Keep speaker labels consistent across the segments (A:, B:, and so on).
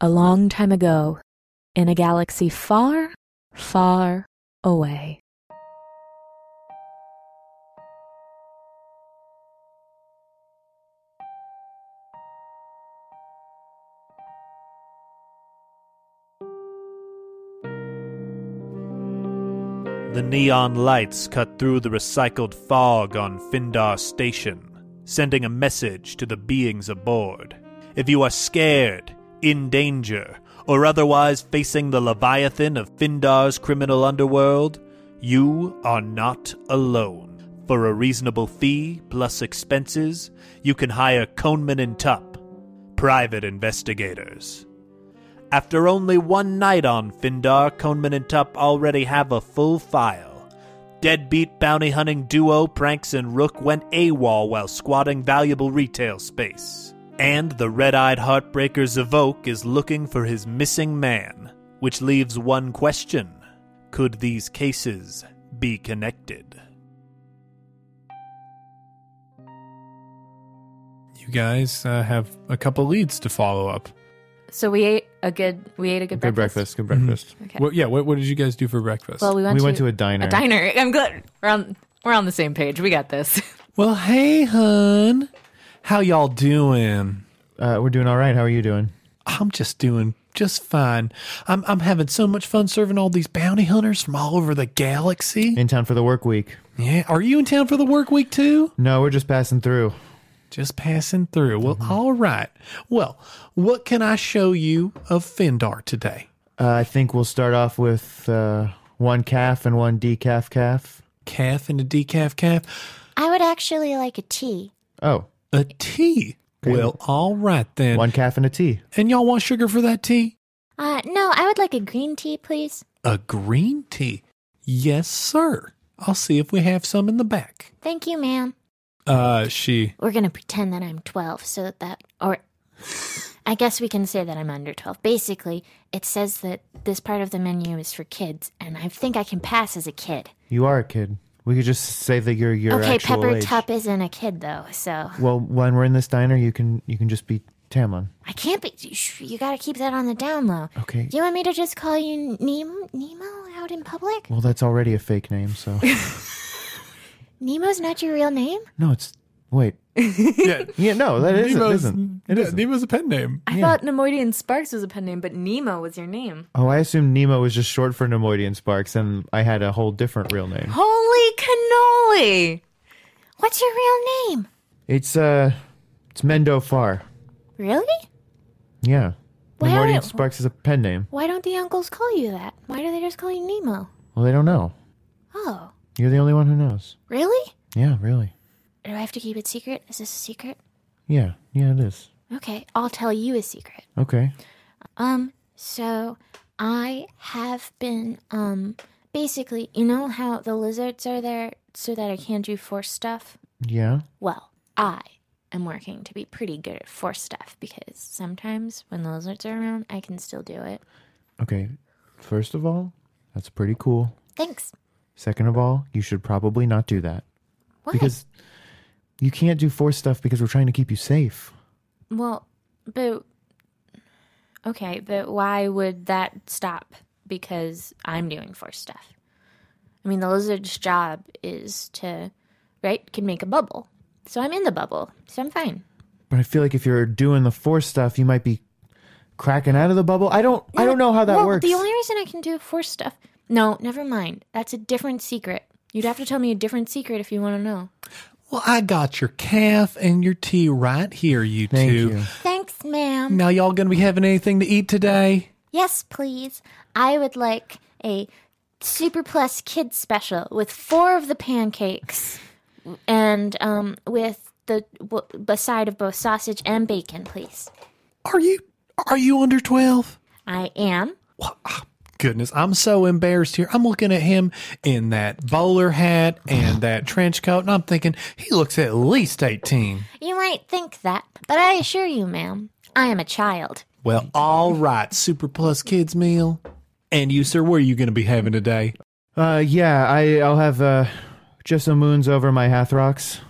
A: A long time ago, in a galaxy far, far away.
B: The neon lights cut through the recycled fog on Findar Station, sending a message to the beings aboard. If you are scared, in danger, or otherwise facing the Leviathan of Findar's criminal underworld, you are not alone. For a reasonable fee plus expenses, you can hire Coneman and Tupp, private investigators. After only one night on Findar, Coneman and Tupp already have a full file. Deadbeat bounty hunting duo Pranks and Rook went AWOL while squatting valuable retail space. And the red eyed heartbreaker Zavok is looking for his missing man, which leaves one question Could these cases be connected?
C: You guys uh, have a couple leads to follow up.
D: So we ate a good we ate a good,
E: Good breakfast. Good breakfast.
D: Okay.
C: Mm-hmm. What, yeah, what, what did you guys do for breakfast?
D: well, we went
E: we
D: to,
E: went to a diner.
D: a diner. I'm glad we're on we're on the same page. We got this.
C: well hey, hun. How y'all doing?
E: Uh, we're doing all right. How are you doing?
C: I'm just doing just fine. I'm, I'm having so much fun serving all these bounty hunters from all over the galaxy.
E: In town for the work week.
C: Yeah. Are you in town for the work week, too?
E: No, we're just passing through.
C: Just passing through. Well, all right. Well, what can I show you of Findar today?
E: Uh, I think we'll start off with uh, one calf and one decaf calf.
C: Calf and a decaf calf.
F: I would actually like a tea.
E: Oh,
C: A tea. Well, all right then.
E: one calf and a tea.
C: And y'all want sugar for that tea?
F: Uh, no, I would like a green tea, please.
C: A green tea. Yes, sir. I'll see if we have some in the back.
F: Thank you, ma'am.
C: Uh, she.
F: We're gonna pretend that I'm 12 so that that, or I guess we can say that I'm under 12. Basically, it says that this part of the menu is for kids, and I think I can pass as a kid.
E: You are a kid. We could just say that you're your
F: okay,
E: actual
F: Pepper
E: age.
F: Tup isn't a kid though, so
E: Well, when we're in this diner, you can you can just be Tamlin.
F: I can't be. shh, You gotta keep that on the down low.
E: Okay.
F: Do you want me to just call you Nemo, Nemo out in public?
E: Well, that's already a fake name, so
F: Nemo's not your real name?
E: no, it's wait.
C: Yeah.
E: Yeah, no, that isn't. It isn't. It
C: yeah,
E: isn't.
C: Nemo's a pen name.
D: I thought Nemoidian Sparks was a pen name, but Nemo was your name.
E: Oh, I assumed Nemo was just short for Nemoidian Sparks, and I had a whole different real name.
D: Holy cannoli!
F: What's your real name?
E: It's uh, it's Mendo Far.
F: Really?
E: Yeah,
F: Why
E: Nemoidian
F: are-
E: Sparks is a pen name.
F: Why don't the uncles call you that? Why do they just call you Nemo?
E: Well, they don't know.
F: Oh,
E: You're the only one who knows.
F: really?
E: Yeah, really.
F: Do I have to keep it secret? Is this a secret?
E: Yeah, yeah, it is.
F: Okay, I'll tell you a secret.
E: Okay.
F: Um, so I have been, um, basically, you know how the lizards are there so that I can do force stuff?
E: Yeah.
F: Well, I am working to be pretty good at force stuff because sometimes when the lizards are around, I can still do it.
E: Okay. First of all, that's pretty cool.
F: Thanks.
E: Second of all, you should probably not do that
F: Why?
E: because you can't do force stuff because we're trying to keep you safe.
F: Well, but okay, but why would that stop? Because I'm doing force stuff. I mean, the lizard's job is to, right, can make a bubble. So I'm in the bubble, so I'm fine.
E: But I feel like if you're doing the force stuff, you might be cracking out of the bubble. I don't. I don't know how that
F: well,
E: works.
F: The only reason I can do force stuff. No, never mind. That's a different secret. You'd have to tell me a different secret if you want to know.
C: Well, I got your calf and your tea right here, you
E: Thank
C: two.
E: you.
F: Thanks, ma'am.
C: Now, y'all gonna be having anything to eat today?
F: Yes, please. I would like a Super Plus Kids special with four of the pancakes and um, with the w- a side of both sausage and bacon, please.
C: Are you are you under twelve?
F: I am.
C: Goodness, I'm so embarrassed here. I'm looking at him in that bowler hat and that trench coat, and I'm thinking he looks at least eighteen.
F: You might think that, but I assure you, ma'am, I am a child.
C: Well, all right, Super Plus Kids meal. And you, sir, what are you going to be having today?
E: Uh, yeah, I, I'll have uh, just some moons over my Hathrocks.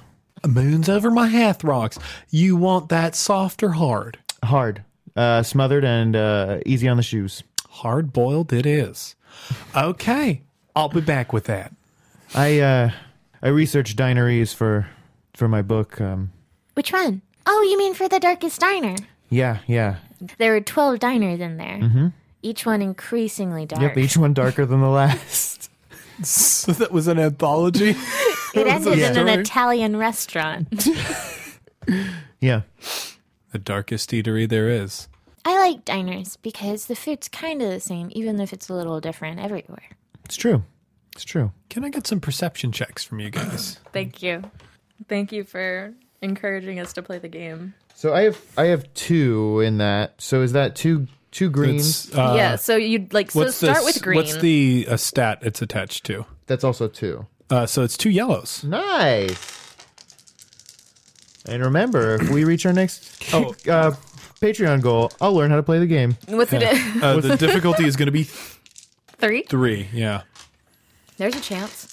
C: Moons over my Hathrocks. You want that soft or hard?
E: Hard. Uh, smothered and uh, easy on the shoes.
B: Hard boiled it is. Okay. I'll be back with that.
E: I uh, I researched dineries for for my book. Um,
G: Which one? Oh, you mean for the darkest diner?
E: yeah, yeah.
G: There were 12 diners in there, mm-hmm. each one increasingly dark.
E: Yep, each one darker than the last.
B: So that was an anthology.
G: it ended in an
B: story.
G: Italian restaurant.
E: yeah.
B: the darkest eatery there is.
G: I like diners because the food's kind of the same, even if it's a little different everywhere.
E: It's true. It's true.
B: Can I get some perception checks from you guys?
F: Thank you. Thank you for encouraging us to play the game.
E: So I have I have two in that. So is that two two greens?
B: It's, uh,
F: yeah, so you'd like so
B: what's
F: start
B: this-
F: with green.
B: What's the uh, stat it's attached to?
E: That's also two.
B: Uh, so it's two yellows.
E: Nice. And remember, if we reach our next
B: Oh.
E: uh, Patreon goal, I'll learn how to play the game.
F: What's it?
B: Uh, the difficulty is going to be
F: Three?
B: three. Yeah.
F: There's a chance.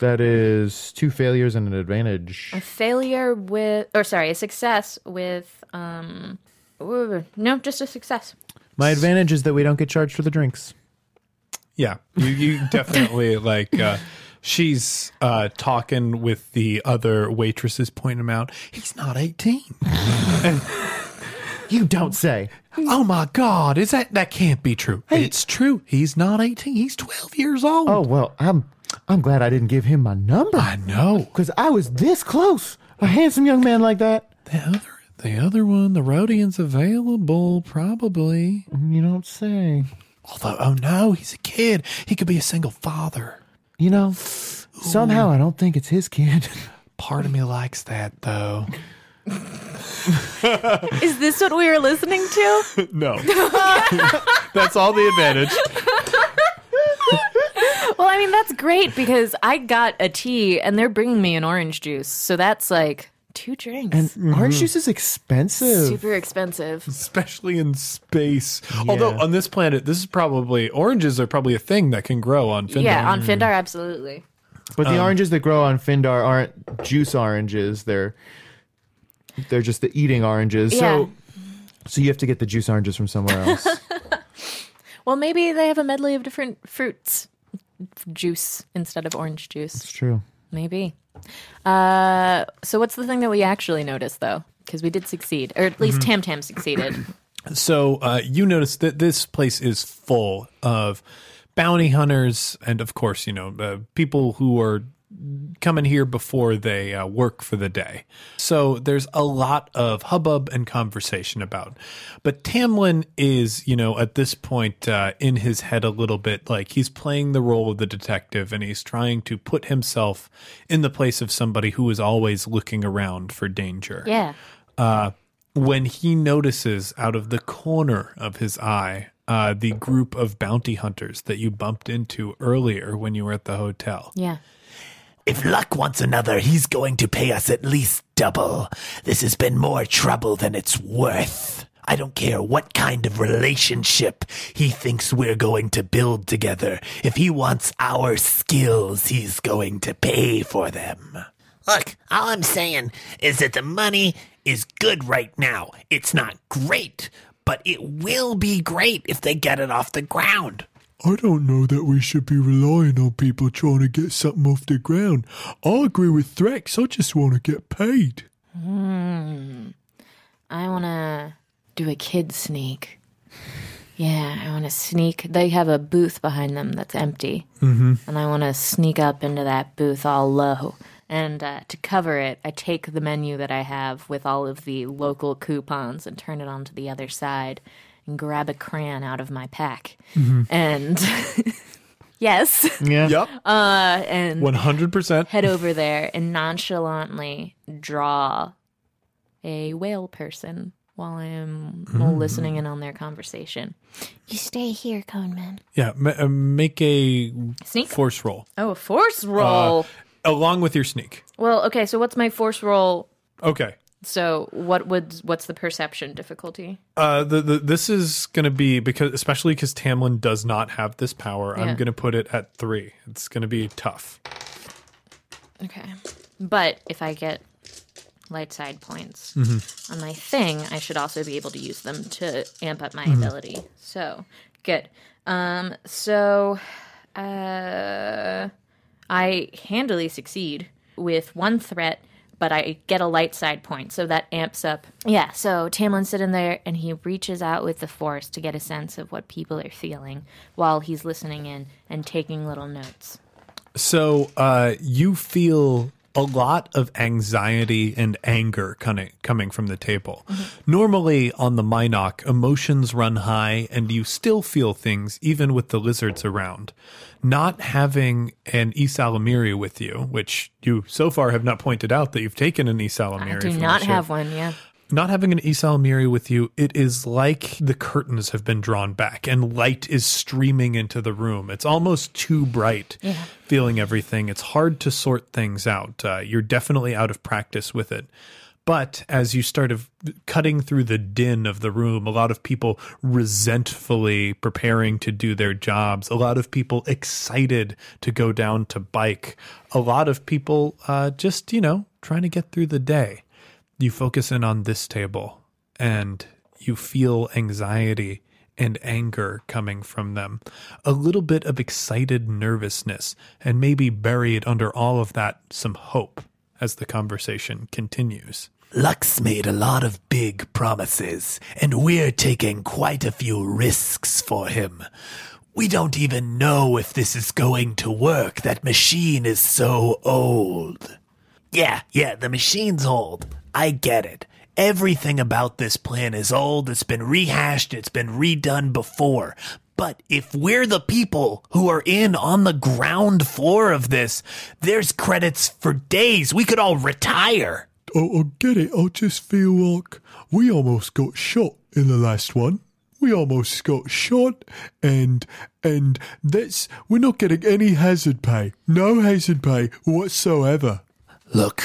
E: That is two failures and an advantage.
F: A failure with or sorry, a success with um ooh, no, just a success.
E: My advantage is that we don't get charged for the drinks.
B: Yeah, you, you definitely like. Uh, she's uh, talking with the other waitresses, pointing him out. He's not eighteen.
E: You don't say.
B: oh my god, is that that can't be true? It's true. He's not eighteen. He's twelve years old.
E: Oh well, I'm I'm glad I didn't give him my number
B: I know.
E: because I was this close. A handsome young man like that.
B: The other, the other one, the Rodian's available probably.
E: You don't say.
B: Although, oh no, he's a kid. He could be a single father.
E: You know, somehow I don't think it's his kid.
B: Part of me likes that though.
F: Is this what we were listening to?
B: No, that's all the advantage.
F: Well, I mean, that's great because I got a tea and they're bringing me an orange juice. So that's like two drinks.
E: And orange juice is expensive.
F: Super expensive.
B: especially in space. Although on this planet, this is probably oranges are probably a thing that can grow on Findar.
F: Yeah, on Findar, absolutely.
E: But the oranges that grow on Findar aren't juice oranges. They're they're just the eating oranges.
F: Yeah.
E: So so you have to get the juice oranges from somewhere else.
F: Well, maybe they have a medley of different fruits F- juice instead of orange juice.
E: it's true.
F: Maybe. Uh, so, what's the thing that we actually noticed, though? Because we did succeed, or at least Tam Tam succeeded.
B: So uh, you notice that this place is full of bounty hunters, and of course, you know uh, people who are coming here before they uh, work for the day. So there's a lot of hubbub and conversation about. But Tamlin is, you know, at this point uh, in his head a little bit like he's playing the role of the detective and he's trying to put himself in the place of somebody who is always looking around for danger
G: Yeah.
B: uh, when he notices out of the corner of his eye uh, the group of bounty hunters that you bumped into earlier when you were at the hotel.
G: Yeah.
C: If luck wants another, he's going to pay us at least double. This has been more trouble than it's worth. I don't care what kind of relationship he thinks we're going to build together. If he wants our skills, he's going to pay for them. Look, all I'm saying is that the money is good right now. It's not great, but it will be great if they get it off the ground.
H: I don't know that we should be relying on people trying to get something off the ground. I agree with Threx. I just want to get paid.
G: I want to.
F: Do a kid sneak. Yeah, I want to sneak. They have a booth behind them that's empty. Mm-hmm. And I want to sneak up into that booth all low. And uh, to cover it, I take the menu that I have with all of the local coupons and turn it onto the other side and grab a crayon out of my pack. And yes,
E: Yeah.
B: Yep,
F: uh, and
B: one hundred percent.
F: head over there and nonchalantly draw a whale person while I'm listening in on their conversation.
G: You stay here, Cone Man.
B: Yeah, ma- uh, make a
F: Sneak?
B: force roll
F: Oh, a force roll.
B: along with your sneak.
F: well, okay, so what's my force roll?
B: Okay,
F: So what would what's the perception difficulty?
B: uh, the, the this is going to be because especially because Tamlin does not have this power.
F: Yeah.
B: I'm going to put it at three. It's going to be tough.
F: Okay. But if I get light side points on my thing, I should also be able to use them to amp up my ability. So good. Um, so uh, I handily succeed with one threat, but I get a light side point, so that amps up. Yeah. So Tamlin's sitting there, and he reaches out with the force to get a sense of what people are feeling while he's listening in and taking little notes.
C: So uh, you feel a lot of anxiety and anger coming coming from the table.
F: Mm-hmm.
C: Normally on the Minoc, emotions run high, and you still feel things even with the lizards around. Not having an Isalamiri with you, which you so far have not pointed out that you've taken an Isalamiri.
F: I do
C: from
F: not
C: the ship
F: have one. Yeah.
C: not having an Isalamiri with you, it is like the curtains have been drawn back and light is streaming into the room. It's almost too bright, feeling everything. It's hard to sort things out. Uh, you're definitely out of practice with it. But as you start of cutting through the din of the room, a lot of people resentfully preparing to do their jobs, a lot of people excited to go down to bike, a lot of people uh, just, you know, trying to get through the day you focus in on this table and you feel anxiety and anger coming from them, a little bit of excited nervousness, and maybe buried under all of that, some hope as the conversation continues.
B: Lux made a lot of big promises, and we're taking quite a few risks for him. We don't even know if this is going to work. That machine is so old. Yeah, yeah, the machine's old. I get it. Everything about this plan is old. It's been rehashed. It's been redone before. But if we're the people who are in on the ground floor of this, there's credits for days. We could all retire.
I: I, I Oh, get it. I just feel like we almost got shot in the last one. We almost got shot, and and that's we're not getting any hazard pay. No hazard pay whatsoever.
B: Look,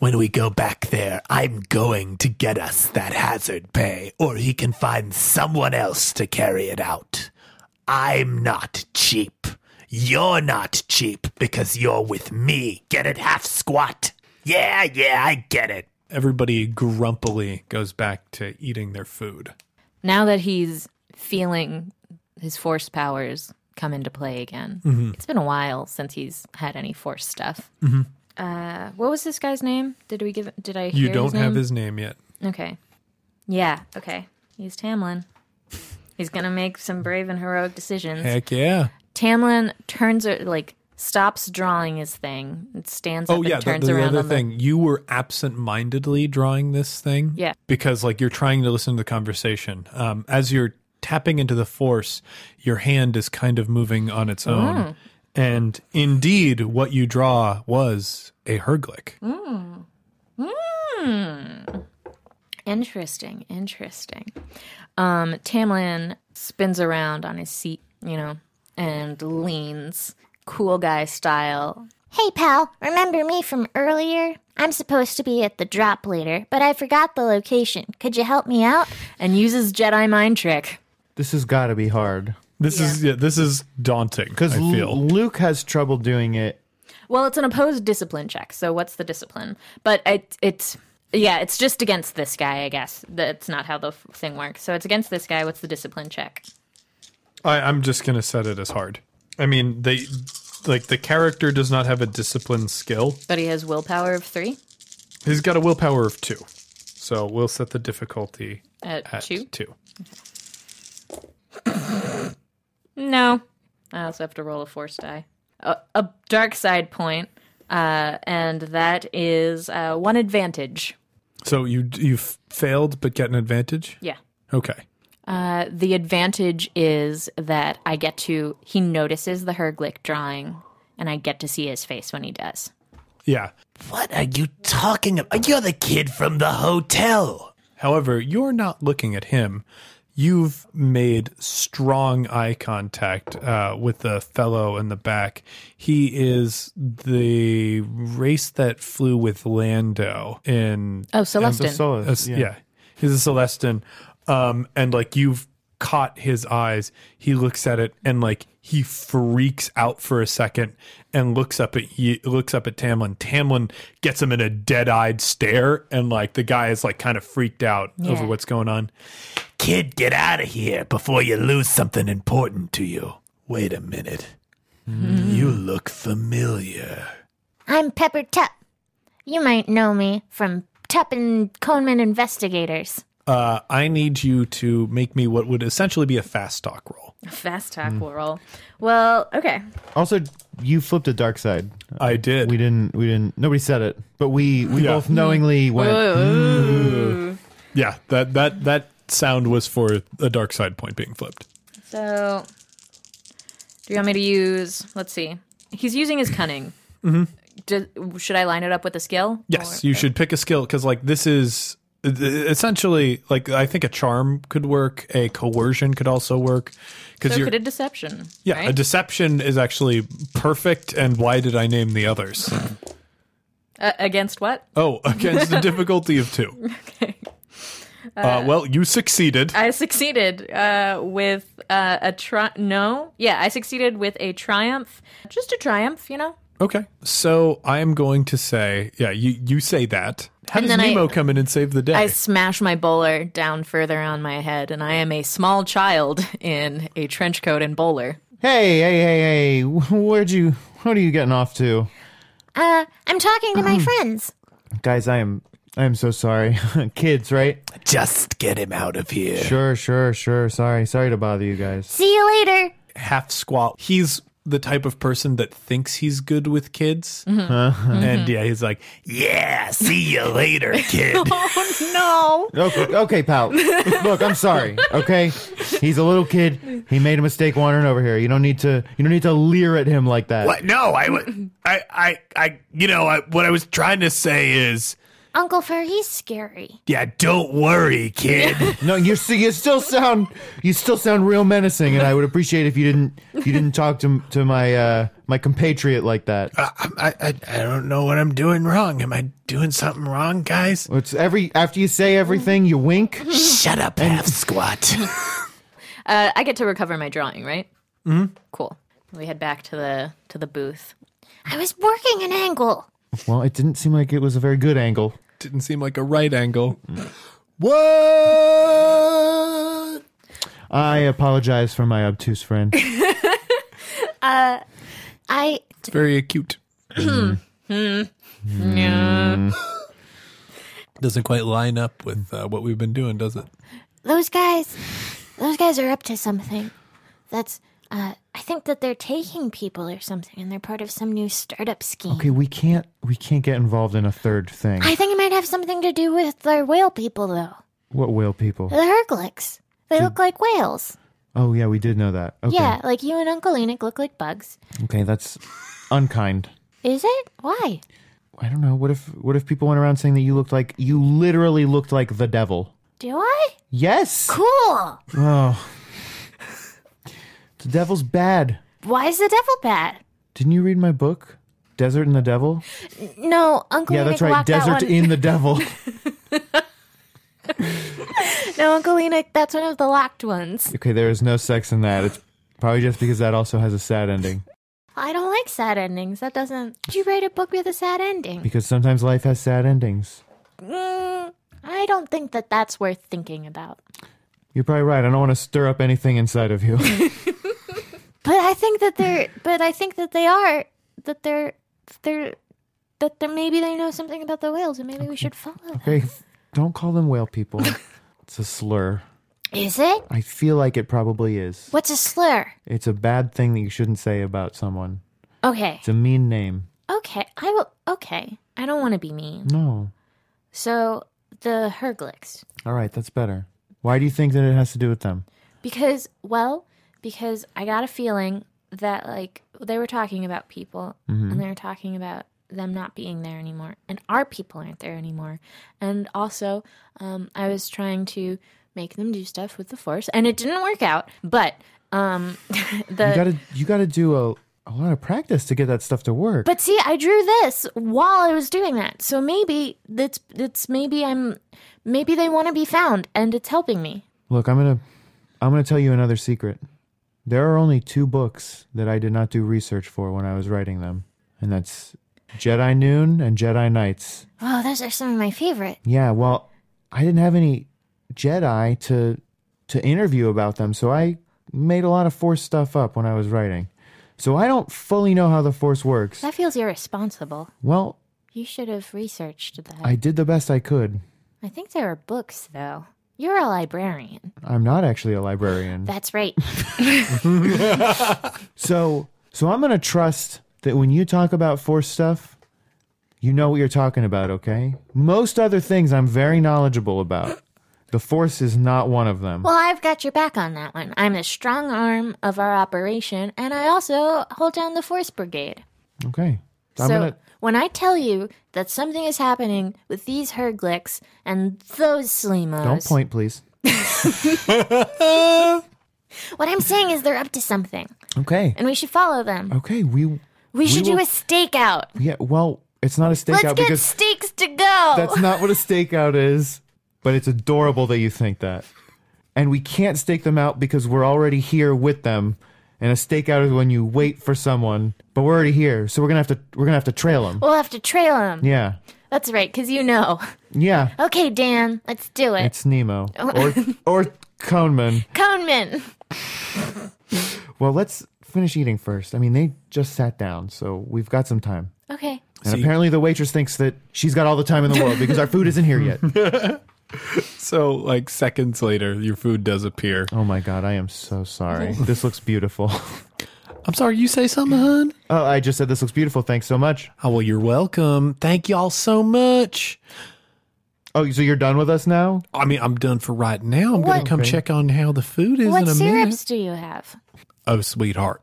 B: when we go back there, I'm going to get us that hazard pay, or he can find someone else to carry it out. I'm not cheap. You're not cheap because you're with me. Get it, half squat? Yeah, yeah, I get it.
C: Everybody grumpily goes back to eating their food.
J: now that he's feeling his force powers come into play again,
C: Mm-hmm.
J: it's been a while since he's had any force stuff.
F: Uh, what was this guy's name? Did we give? Did I?
C: Mm-hmm. You
F: hear
C: don't
F: his
C: have
F: name?
C: his name yet.
F: Okay. Yeah. Okay. He's Tamlin. He's gonna make some brave and heroic decisions.
C: Heck yeah.
F: Tamlin turns a- like stops drawing his thing. and stands up
C: Oh yeah,
F: and
C: the-
F: turns
C: the,
F: around
C: other
F: on
C: thing. You were absent-mindedly drawing this thing.
F: Yeah.
C: Because like you're trying to listen to the conversation. Um, as you're tapping into the force, your hand is kind of moving on
F: Mm.
C: its own. And indeed, what you draw was a herglick.
F: Mm. the Hmm. interesting, interesting. Um, Tamlin spins around on his seat, you know, and leans cool guy style.
K: Hey, pal, remember me from earlier? I'm supposed to be at the drop later, but I forgot the location. Could you help me out?
F: And uses Jedi mind trick.
E: This has got to be hard
C: This is yeah, this is daunting.
E: because
C: I feel
E: Luke has trouble doing it.
F: Well, it's an opposed discipline check. So what's the discipline? But it, it's yeah, it's just against this guy, I guess. That's not how the f- thing works. So it's against this guy. What's the discipline check?
C: I, I'm just gonna set it as hard. I mean, they like the character does not have a discipline skill.
F: But he has willpower of three
C: He's got a willpower of two, so we'll set the difficulty
F: at,
C: at
F: two.
C: two.
F: No, I also have to roll a force die. A, a dark side point, uh, and that is uh, one advantage.
C: So you you failed but get an advantage.
F: Yeah.
C: Okay.
F: Uh, the advantage is that I get to. He notices the Herglick drawing, and I get to see his face when he does.
C: Yeah.
B: What are you talking about? You're the kid from the hotel.
C: However, you're not looking at him. You've made strong eye contact uh, with the fellow in the back. He is the race that flew with Lando in
F: Oh,
E: So
F: Celestin.
E: Solas,
C: As- yeah. he's a Celestin, um, and like you've
B: caught his eyes. He looks at it and like he freaks out for a second and looks up at he looks up at Tamlin. Tamlin gets him in a dead-eyed stare and like the guy is like kind of freaked out over what's going on.
C: Kid, get out of here before you lose something important to you. Wait a minute. You look familiar.
L: I'm Pepper Tupp. You might know me from Tupp and Coneman Investigators.
B: Uh, I need you to make me what would essentially be a fast talk roll.
F: Fast talk will roll. Well, okay.
E: Also, you flipped a dark side.
B: I did.
E: We didn't. We didn't. Nobody said it, but we we
B: Yeah.
E: both knowingly went.
B: yeah, that that that sound was for a dark side point being flipped.
F: So, do you want me to use? Let's see. He's using his cunning. Mm-hmm. Do, should I line it up with a skill?
B: Yes, you should pick a skill because like this is essentially like I think a charm could work, a coercion could also work because
F: So
B: you're
F: could a deception.
B: yeah, a
F: right?
B: deception is actually perfect. And why did I name the others?
F: uh, against what?
B: oh, against the difficulty of two. Uh, well, you succeeded.
F: I succeeded uh, with uh, a tri- no. Yeah, I succeeded with a triumph. Just a triumph, you know.
B: okay, so I am going to say, yeah, you you say that. How
F: And
B: does
F: then I-
B: Nemo come in and save the day?
F: I smash my bowler down further on my head, and I am a small child in a trench coat and bowler.
E: Hey, hey, hey, hey! Where'd you? What are you getting off to,
L: Uh, I'm talking to my friends.
E: guys? I am. I am so sorry. Kids, right?
C: Just get him out of here.
E: Sure, sure, sure. Sorry, sorry to bother you guys.
L: See you later.
B: half squat. He's the type of person that thinks he's good with kids.
C: Mm-hmm.
B: And yeah, he's like,
C: Yeah, see you later, kid.
F: No.
E: Okay, okay, pal. Look, I'm sorry. Okay, he's a little kid. He made a mistake wandering over here. You don't need to. You don't need to leer at him like that.
C: what? No, I, wa- I, I, I, you know, I, what I was trying to say is,
L: Uncle Fur, he's scary.
C: yeah, don't worry, kid.
E: No, you see, you still sound. You still sound real menacing, and I would appreciate if you didn't. You didn't talk to to my uh my compatriot like that.
C: I, Uh, I, I I don't know what I'm doing wrong. Am I doing something wrong, guys?
E: It's every after you say everything, you wink.
C: Shut up, half squat.
F: Uh, I get to recover my drawing, right? Mm-hmm. Cool. We head back to the to the booth.
L: I was working an angle.
E: Well, it didn't seem like it was a very good angle.
B: didn't seem like a right angle.
C: what?
E: I apologize for my obtuse friend.
L: I
B: It's very acute. Hmm. Doesn't quite line up with uh, what we've been doing, does it?
L: those guys those guys are up to something that's uh i think that they're taking people or something and they're part of some new startup scheme
E: Okay, we can't we can't get involved in a third thing.
L: i think it might have something to do with their whale people though
E: What whale people?
L: the herglics they look like whales
E: Oh yeah, we did know that. Okay.
L: yeah like you and uncle enoch look like bugs
E: Okay, that's unkind.
L: is it why
E: I don't know. What if what if people went around saying that you looked like you literally looked like the devil?
L: do i
E: Yes.
L: cool
E: Oh. The devil's bad.
L: why is the devil bad
E: Didn't you read my book? Desert and the Devil?
L: no uncle
E: Yeah,
L: enoch
E: that's right.
L: walked
E: Desert
L: that one.
E: in the Devil. E-
L: no uncle enoch that's one of the locked ones
E: okay, there is no sex in that. It's probably just because that also has a sad ending.
L: i don't like sad endings that doesn't did you write a book with a sad ending
E: Because sometimes life has sad endings.
L: Mm, I don't think that that's worth thinking about.
E: You're probably right. I don't want to stir up anything inside of you.
L: But I think that they're. But I think that they are. That they're. They're. That they're, maybe they know something about the whales, and maybe we should follow them.
E: okay, don't call them whale people. It's a slur.
L: Is it?
E: I feel like it probably is.
L: What's a slur?
E: It's a bad thing that you shouldn't say about someone.
L: Okay.
E: It's a mean name.
L: Okay. I will. Okay. I don't want to be mean.
E: No.
L: So the Herglics.
E: All right, that's better. Why do you think that it has to do with them?
G: Because, well, because I got a feeling that, like, they were talking about people and they were talking about them not being there anymore. And our people aren't there anymore. And also, um, I was trying to make them do stuff with the Force and it didn't work out. But, um,
E: You
G: the.
E: gotta, you gotta do a, a lot of practice to get that stuff to work.
G: But see, I drew this while I was doing that. So maybe that's it's maybe I'm maybe they want to be found and it's helping me.
E: Look, I'm gonna, I'm going to tell you another secret. There are only two books that I did not do research for when I was writing them, and that's Jedi Noon and Jedi Nights.
L: Oh, those are some of my favorite.
E: Yeah, well, I didn't have any Jedi to to interview about them, so I made a lot of Force stuff up when I was writing. So I don't fully know how the Force works.
G: That feels irresponsible.
E: Well,
G: You should have researched that.
E: I did the best I could.
G: I think there are books, though. You're a librarian.
E: I'm not actually a librarian.
G: That's right.
E: So, so I'm going to trust that when you talk about force stuff, you know what you're talking about, okay? Most other things I'm very knowledgeable about. The force is not one of them.
G: Well, I've got your back on that one. I'm the strong arm of our operation, and I also hold down the Force Brigade.
E: Okay.
G: so
E: I'm going to
G: when I tell you that something is happening with these Herglics and those Sleemos,
E: Don't point, please.
G: what I'm saying is they're up to something,
E: Okay.
G: and we should follow them.
E: Okay, Uh, we
G: We should do
E: will-
G: a stakeout.
E: yeah, well, it's not a
G: Let's
E: stakeout
G: get
E: because
G: steaks to go.
E: that's not what a stakeout is, but it's adorable that you think that. And we can't stake them out because we're already here with them. And a stakeout is when you wait for someone, but we're already here, so we're going to have to we're going to have to trail them.
G: We'll have to trail them.
E: Yeah.
G: That's right, because you know.
E: Yeah.
G: Okay, Dan, let's do
L: Uh,
G: it.
E: It's Nemo. Or or Coneman.
G: Coneman.
E: Well, let's finish eating first. I mean, they just sat down, so we've got some time.
G: Okay.
E: And apparently the waitress thinks that she's got all the time in the world because our food isn't here yet.
B: So, like seconds later, your food does appear.
E: oh my god, I am so sorry. This looks beautiful.
B: I'm sorry, you say something, hun?
E: Oh, I just said this looks beautiful. Thanks so much.
B: Oh, well, you're welcome. Thank y'all so much.
E: Oh, so you're done with us now?
B: I mean, I'm done for right now. I'm going
G: What-
B: to come check on how the food is
G: What
B: in a minute.
G: syrups do you have?
B: Oh, sweetheart,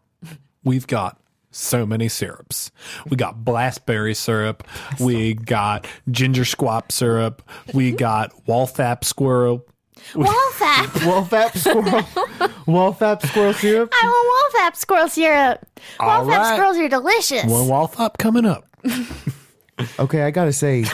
B: we've got so many syrups. We got blackberry syrup. We got ginger squab syrup. We got Walthap squirrel.
L: Wolfap.
E: Wolfap squirrel. Wolfap squirrel syrup.
L: I want Wolfap squirrel syrup.
B: All
L: Wolfap
B: right.
L: squirrels are delicious.
B: One Walthap coming up.
E: Okay, I gotta say,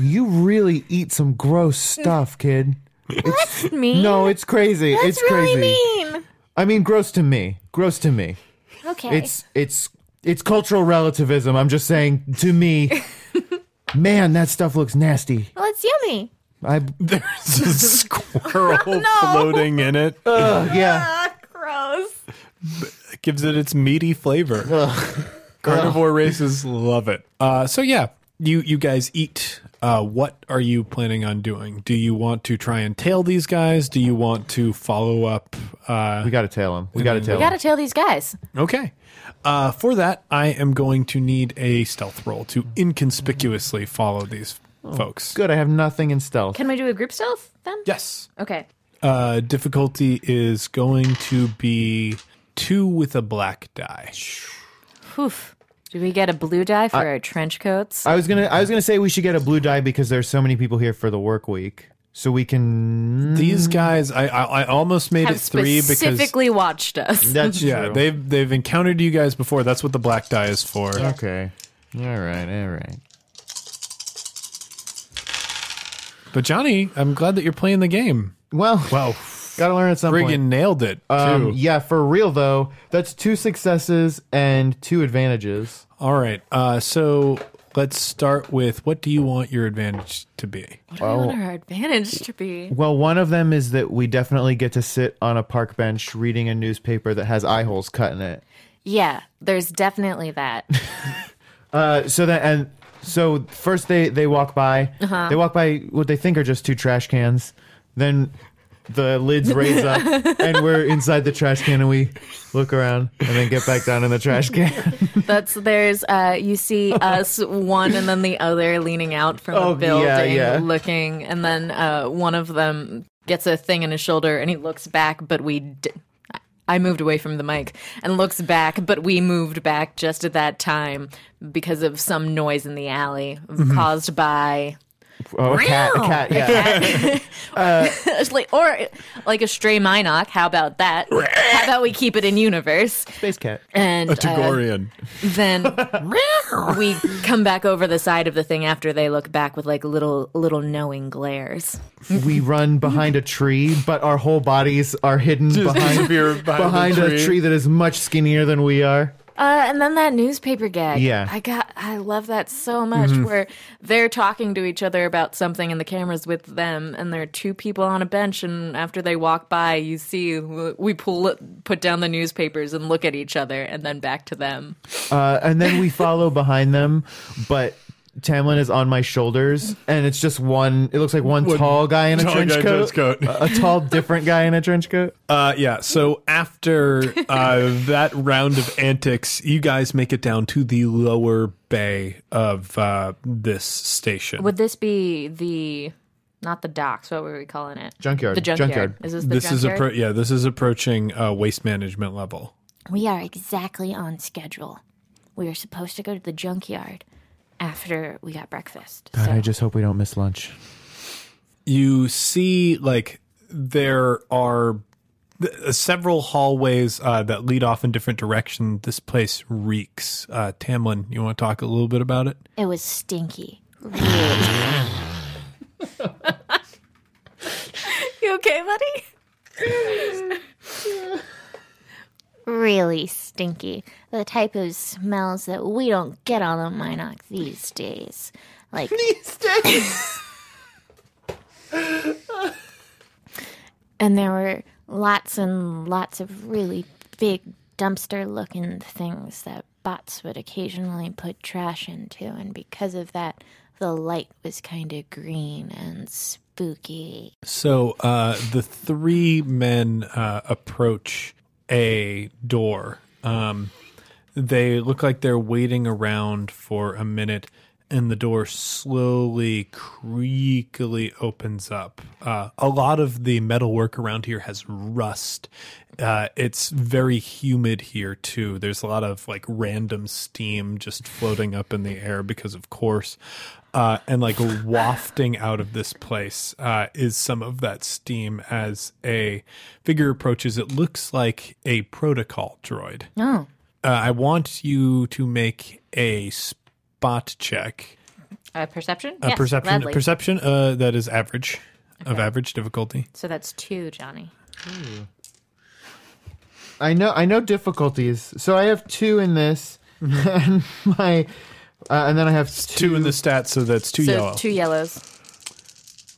E: you really eat some gross stuff, kid.
L: That's mean.
E: No, it's crazy. it's
L: really
E: crazy.
L: mean.
E: I mean, gross to me. Gross to me.
L: Okay.
E: It's it's it's cultural relativism. I'm just saying to me, man, that stuff looks nasty.
L: well, it's yummy.
E: I
B: There's a squirrel floating in it.
E: yeah.
L: Gross.
B: It gives it its meaty flavor. Carnivore races love it. Uh, so yeah, you you guys eat. Uh, what are you planning on doing? Do you want to try and tail these guys? Do you want to follow up? Uh,
E: We gotta tail him. We gotta tail
G: Gotta
E: him.
G: tell these guys.
B: Okay. Uh, for that, I am going to need a stealth roll to inconspicuously follow these folks.
E: Good. I have nothing in stealth.
G: Can we do a group stealth then?
B: Yes.
G: Okay.
B: Uh, difficulty is going to be two with a black die.
G: Poof. Do we get a blue die for our trench coats?
E: I was gonna I was gonna say we should get a blue die because there's so many people here for the work week, so we can.
B: These guys, I I, I almost made
G: have
B: it three because
G: specifically watched us.
E: That's
B: yeah,
E: true.
B: they've they've encountered you guys before. That's what the black die is for.
E: okay. All right. All right.
B: But Johnny, I'm glad that you're playing the game.
E: Well,
B: Wow,
E: gotta learn at some
B: friggin'
E: point.
B: nailed it too.
E: Um, yeah, for real though, that's two successes and two advantages.
B: All right, uh, so let's start with what do you want your advantage to be?
G: What do we want our advantage to be?
E: Well, one of them is that we definitely get to sit on a park bench reading a newspaper that has eye holes cut in it.
G: Yeah, there's definitely that.
E: Uh, so that and so first they they walk by, they walk by what they think are just two trash cans. Then the lids raise up, and we're inside the trash can, and we look around, and then get back down in the trash can.
G: That's there's uh you see us one and then the other leaning out from
E: Oh,
G: the
E: yeah,
G: building
E: yeah.
G: looking and then uh one of them gets a thing in his shoulder and he looks back but we d- I moved away from the mic and looks back but we moved back
E: Mm-hmm.
G: just at that time because of some noise in the alley caused by
E: Oh, a cat. A cat. Yeah.
F: It's like, or like a stray Minoc. How about that? how about we keep it in universe?
E: Space cat.
F: And
M: A
F: uh,
M: Tagorian.
F: then we come back over the side of the thing after they look back with like little little knowing glares.
E: We run behind a tree, but our whole bodies are hidden behind,
B: disappear behind a
E: behind
B: tree.
E: a tree that is much skinnier than we are.
F: Uh, and then that newspaper gag.
E: Yeah.
F: I got. I love that so much.
B: Mm-hmm.
F: Where they're talking to each other about something, and the camera's with them, and there are two people on a bench, and after they walk by, you see w- we pull it- put down the newspapers and look at each other, and then back to them.
E: Uh, and then we follow behind them, but Tamlin is on my shoulders, and it's just one. It looks like one, tall guy in a
M: tall
E: trench
M: guy in
E: coat,
M: trench coat.
E: A, a tall, different guy in a trench coat.
B: Uh, yeah. So after uh, that round of antics, you guys make it down to the lower bay of uh, this station.
G: Would this be the not the docks? What were we calling it?
E: Junkyard.
G: The junkyard. Is this the
B: this is
G: junkyard?
B: appro- yeah, this is approaching uh, waste management level.
L: We are exactly on schedule. We were supposed to go to the junkyard after we got breakfast.
E: God, I just hope we don't miss lunch.
B: you see like there are th- uh, several hallways uh, that lead off in different directions. This place reeks. Uh, Tamlin, you want to talk a little bit about it?
L: It was stinky.
F: You okay, buddy?
L: Really stinky. The type of smells that we don't get on the Minoc these days. Like and there were lots and lots of really big dumpster looking things that bots would occasionally put trash into and because of that the light was kind of green and spooky
B: So uh, the three men uh, approach a door. Um, they look like they're waiting around for a minute, and the door slowly, creakily opens up. Uh, a lot of the metalwork around here has rust. Uh, it's very humid here too. There's a lot of like random steam just floating up in the air because, of course, uh, and like wafting out of this place uh, is some of that steam as a figure approaches. It looks like a protocol droid. Oh. Uh, I want you to make a spot check.
G: Uh, perception.
B: A
G: yes,
B: perception
G: Gladly.
B: perception uh, that is average, of average difficulty.
G: so that's two, Johnny.
E: I know. I know difficulties. So I have two in this, and my, uh, and then I have Mm-hmm. two.
B: Two in the stats, so that's two
G: so
B: yellow.
G: two yellows.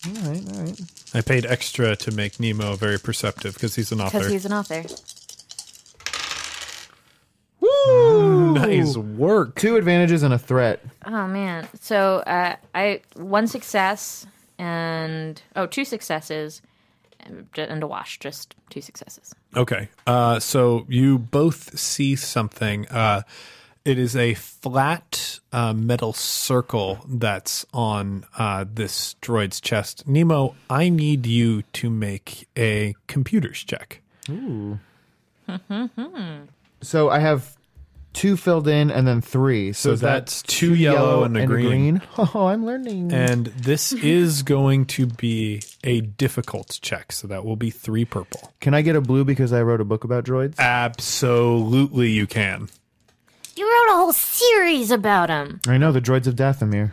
E: All right, all right.
B: I paid extra to make Nemo very perceptive because he's an author.
G: Because he's an author.
B: nice work.
E: Two advantages and a threat.
G: Oh man. So uh, I one success and oh two successes and j- and a wash. Just two successes.
B: Okay. Uh, so you both see something. Uh, it is a flat uh, metal circle that's on uh, this droid's chest. Nemo, I need you to make a computer's check.
E: So I have two filled in, and then three. So,
B: So
E: is that
B: that's two yellow and a green.
E: Oh, I'm learning.
B: And this
E: Mm-hmm.
B: is going to be a difficult check. So that will be three purple.
E: Can I get a blue because I wrote a book about droids?
B: Absolutely, you can.
L: you wrote a whole series about him
E: I know the droids of Dathomir.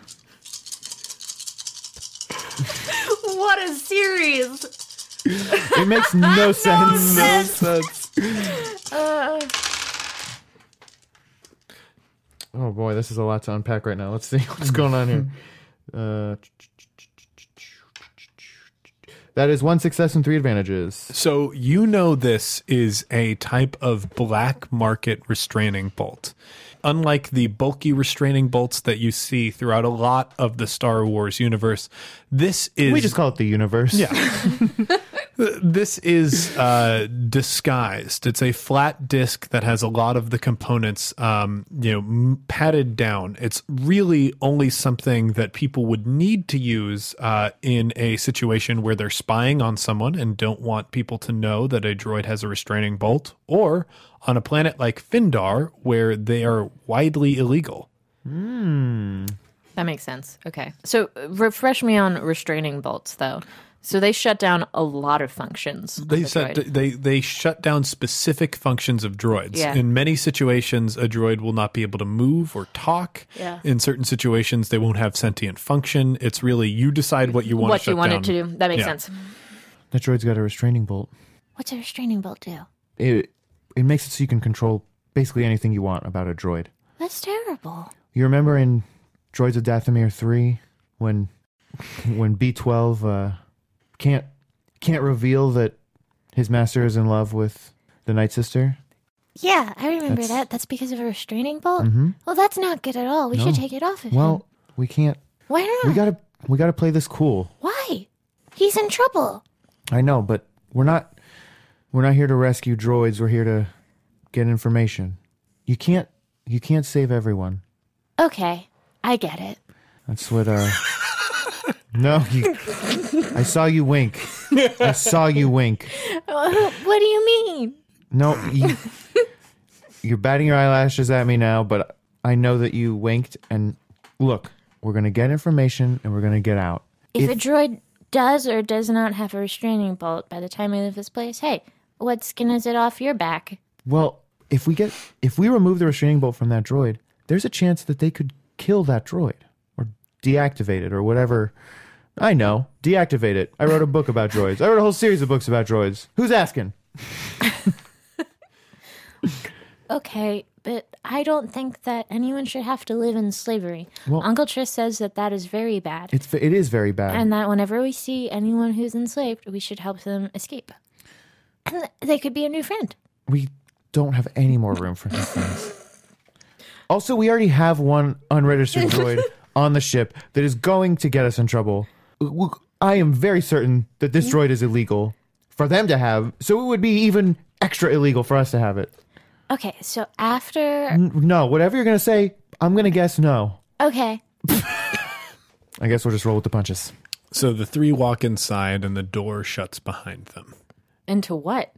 F: What a series!
E: It makes no sense. Uh. Oh boy, this is a lot to unpack right now. Let's see what's going on here. Uh, that is one success and three advantages.
B: So you know this is a type of black market restraining bolt. Unlike the bulky restraining bolts that you see throughout a lot of the Star Wars universe, this is
E: We just call it the universe. Yeah.
B: this is uh, disguised. It's a flat disc that has a lot of the components, um, you know, m- padded down. It's really only something that people would need to use uh, in a situation where they're spying on someone and don't want people to know that a droid has a restraining bolt, or on a planet like Findar where they are widely illegal.
F: That makes sense. Okay. So uh, refresh me on restraining bolts, though. So they shut down a lot of functions. of
B: They
F: the
B: shut
F: droid.
B: they they shut down specific functions of droids.
F: Yeah.
B: In many situations, a droid will not be able to move or talk.
F: Yeah.
B: In certain situations, they won't have sentient function. It's really you decide what you want.
F: what
B: to shut
F: you wanted
B: down.
F: to do. That makes
B: Yeah.
F: sense.
E: That droid's got a restraining bolt.
L: What's a restraining bolt do?
E: It it makes it so you can control basically anything you want about a droid.
L: That's terrible.
E: You remember in Droids of Dathomir three when when B twelve uh, can't can't reveal that his master is in love with the Night Sister.
L: Yeah, I remember
E: That's- Mm-hmm.
L: that. That's because of a restraining bolt. Well, that's not good at all. We should take it off of him.
E: Well, we can't.
L: Why not?
E: We gotta we gotta play this cool.
L: Why? He's in trouble.
E: I know, but we're not we're not here to rescue droids. We're here to get information. You can't you can't save everyone.
L: Okay, I get it.
E: That's what. uh No, you. I saw you wink. I saw you wink.
L: What do you mean?
E: No, you, you're batting your eyelashes at me now, but I know that you winked. And look, we're gonna get information, and we're gonna get out.
L: If,
E: If-
L: a droid does or does not have a restraining bolt by the time we leave this place, hey, what skin is it off your back?
E: Well, if we get if we remove the restraining bolt from that droid, there's a chance that they could kill that droid or deactivate it or whatever. I know, deactivate it. I wrote a book about droids. I wrote a whole series of books about droids. Who's asking?
L: Okay, but I don't think that anyone should have to live in slavery.
E: Well-
L: Uncle Tris says that that is very bad,
E: It's it is very bad.
L: and that whenever we see anyone who's enslaved, we should help them escape. And th- they could be a new friend.
E: we don't have any more room for these things. Also, we already have one unregistered droid on the ship that is going to get us in trouble. Look, I am very certain that this droid is illegal for them to have, so it would be even extra illegal for us to have it.
L: Okay, so after.
E: N- No, whatever you're going to say, I'm going to guess no.
L: Okay,
E: I guess we'll just roll with the punches.
B: So the three walk inside, and the door shuts behind them.
F: Into what?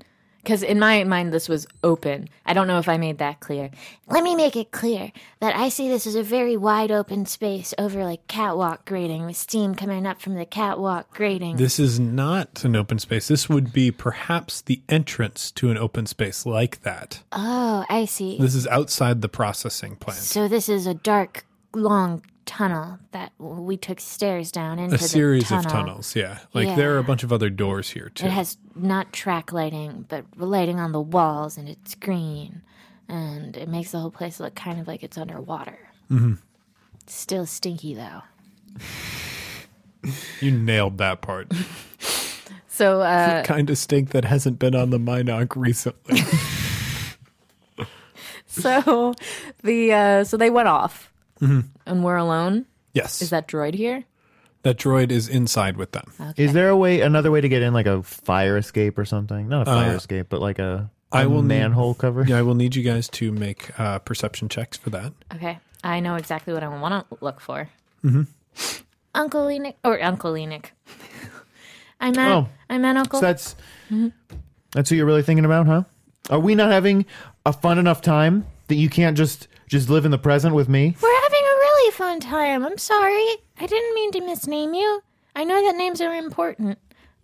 F: Because in my mind, this was open. I don't know if I made that clear.
L: let me make it clear that I see this as a very wide open space over like catwalk grating with steam coming up from the catwalk grating.
B: This is not an open space. This would be perhaps the entrance to an open space like that.
L: oh, I see.
B: This is outside the processing plant.
L: So this is a dark, long tunnel that we took stairs down into.
B: A series
L: the tunnel.
B: of tunnels, yeah. Like there are a bunch of other doors here too.
L: It has not track lighting, but lighting on the walls, and it's green, and it makes the whole place look kind of like it's underwater. Mm-hmm. Still stinky though.
B: You nailed that part.
F: So uh,
B: kind of stink that hasn't been on the Minoc recently.
F: so the uh, so they went off,
B: Mm-hmm.
F: and we're alone.
B: yes.
F: Is that droid here?
B: that droid is inside with them.
E: Is there a way, another way to get in, like a fire escape or something? Not a fire
B: Uh,
E: escape, but like a
B: I
E: a
B: will need-
E: manhole cover.
B: Yeah, I will need you guys to make uh, perception checks for that.
F: Okay, I know exactly what I want to look for.
L: Uncle Enoch or Uncle Enoch. I meant.
E: Oh.
L: I meant Uncle.
E: So that's that's who you're really thinking about, huh? Are we not having a fun enough time that you can't just just live in the present with me?
L: We're having a really fun time. I'm sorry. I didn't mean to misname you. I know that names are important.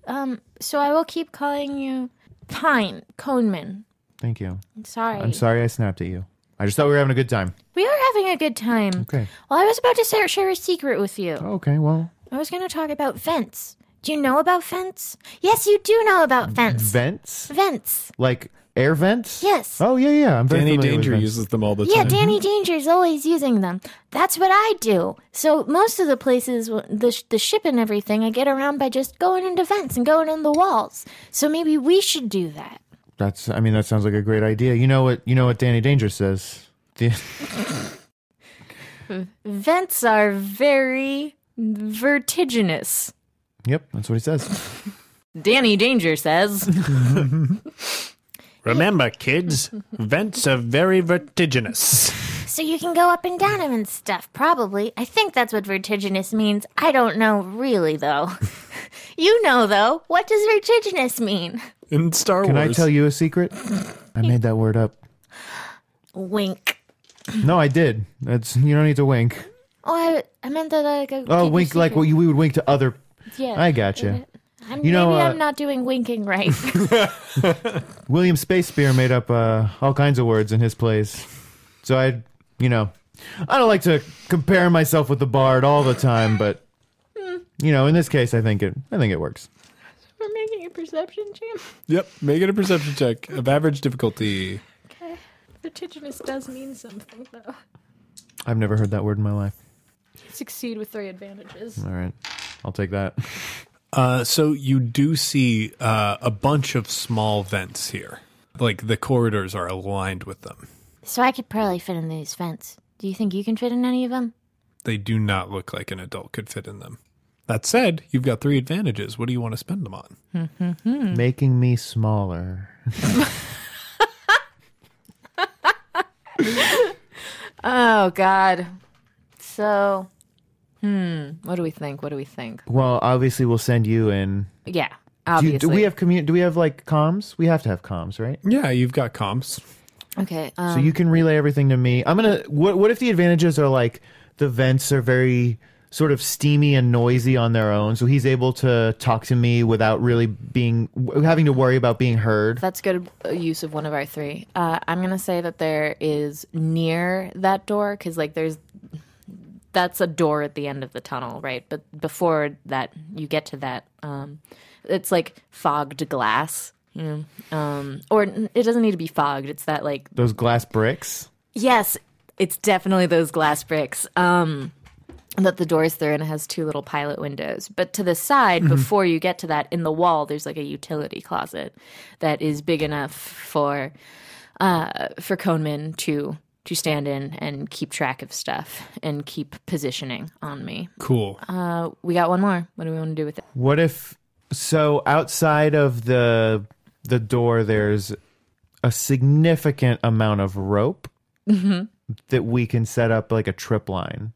L: Um, so I will keep calling you Pine Coneman.
E: Thank you.
L: I'm sorry.
E: I'm sorry I snapped at you. I just thought we were having a good time.
L: We are having a good time.
E: Okay.
L: Well, I was about to share, share a secret with you.
E: Okay. Well,
L: I was going to talk about vents. Do you know about vents? Yes, you do know about vents.
E: vents
L: Vents.
E: like air vents.
L: Yes.
E: Oh yeah, yeah. I'm very
B: Danny
E: familiar with
B: Danger
E: vents.
B: uses them all the
L: Yeah,
B: time.
L: Danny Danger's always using them. That's what I do. So most of the places, the sh- the ship and everything, I get around by just going into vents and going in the walls. So maybe we should do that.
E: That's. I mean, that sounds like a great idea. You know what? You know what Danny Danger says. The-
F: Vents are very vertiginous.
E: yep, that's what he says.
F: Danny Danger says.
H: Remember, kids, vents are very vertiginous.
L: So you can go up and down 'em and stuff. Probably, I think that's what vertiginous means. I don't know really though. you know though. What does vertiginous mean?
B: In Star
E: Can
B: Wars.
E: I tell you a secret? I made that word up.
L: Wink.
E: No, I did. That's you don't need to wink.
L: Oh, I, I meant that I go.
E: Oh, wink like what you, we would wink to other.
L: Yeah.
E: I gotcha.
L: I'm,
E: you know,
L: maybe
E: uh,
L: I'm not doing winking right.
E: William Spacebeer made up uh, all kinds of words in his plays, so I, you know, I don't like to compare myself with the bard all the time, but you know, in this case, I think it, I think it works.
L: We're making a perception champ.
B: Yep. Make it a perception check of average difficulty.
L: Okay. Vertiginous does mean something, though.
E: I've never heard that word in my life.
L: Succeed with three advantages.
E: All right, I'll take that.
B: Uh, so you do see uh, a bunch of small vents here. Like the corridors are aligned with them.
F: So I could probably fit in these vents. Do you think you can fit in any of them?
B: They do not look like an adult could fit in them. That said, you've got three advantages. What do you want to spend them on?
L: Hmm.
E: Making me smaller.
F: Oh God. So, hmm. What do we think? What do we think?
E: Well, obviously, we'll send you in.
F: Yeah.
E: Do,
F: Obviously.
E: you, do we have commu- Do we have like comms? We have to have comms, right?
B: Yeah, you've got comps.
F: Okay. Um,
E: So you can relay everything to me. I'm gonna. What What if the advantages are like the vents are very sort of steamy and noisy on their own, so he's able to talk to me without really being w- having to worry about being heard.
F: That's good uh, use of one of our three. Uh, I'm gonna say that there is near that door because like there's that's a door at the end of the tunnel, right? But before that, you get to that. Um, it's like fogged glass, you know? um, or n- it doesn't need to be fogged. It's that like
E: Those glass bricks.
F: Yes, it's definitely those glass bricks. Um that the doors through and it has two little pilot windows. But to the side,
E: Mm-hmm.
F: before you get to that, in the wall, there's like a utility closet that is big enough for uh for Coneman to to stand in and keep track of stuff and keep positioning on me.
B: Cool.
F: Uh we got one more. What do we want to do with it?
E: What if? So outside of the the door, there's a significant amount of rope that we can set up like a trip line,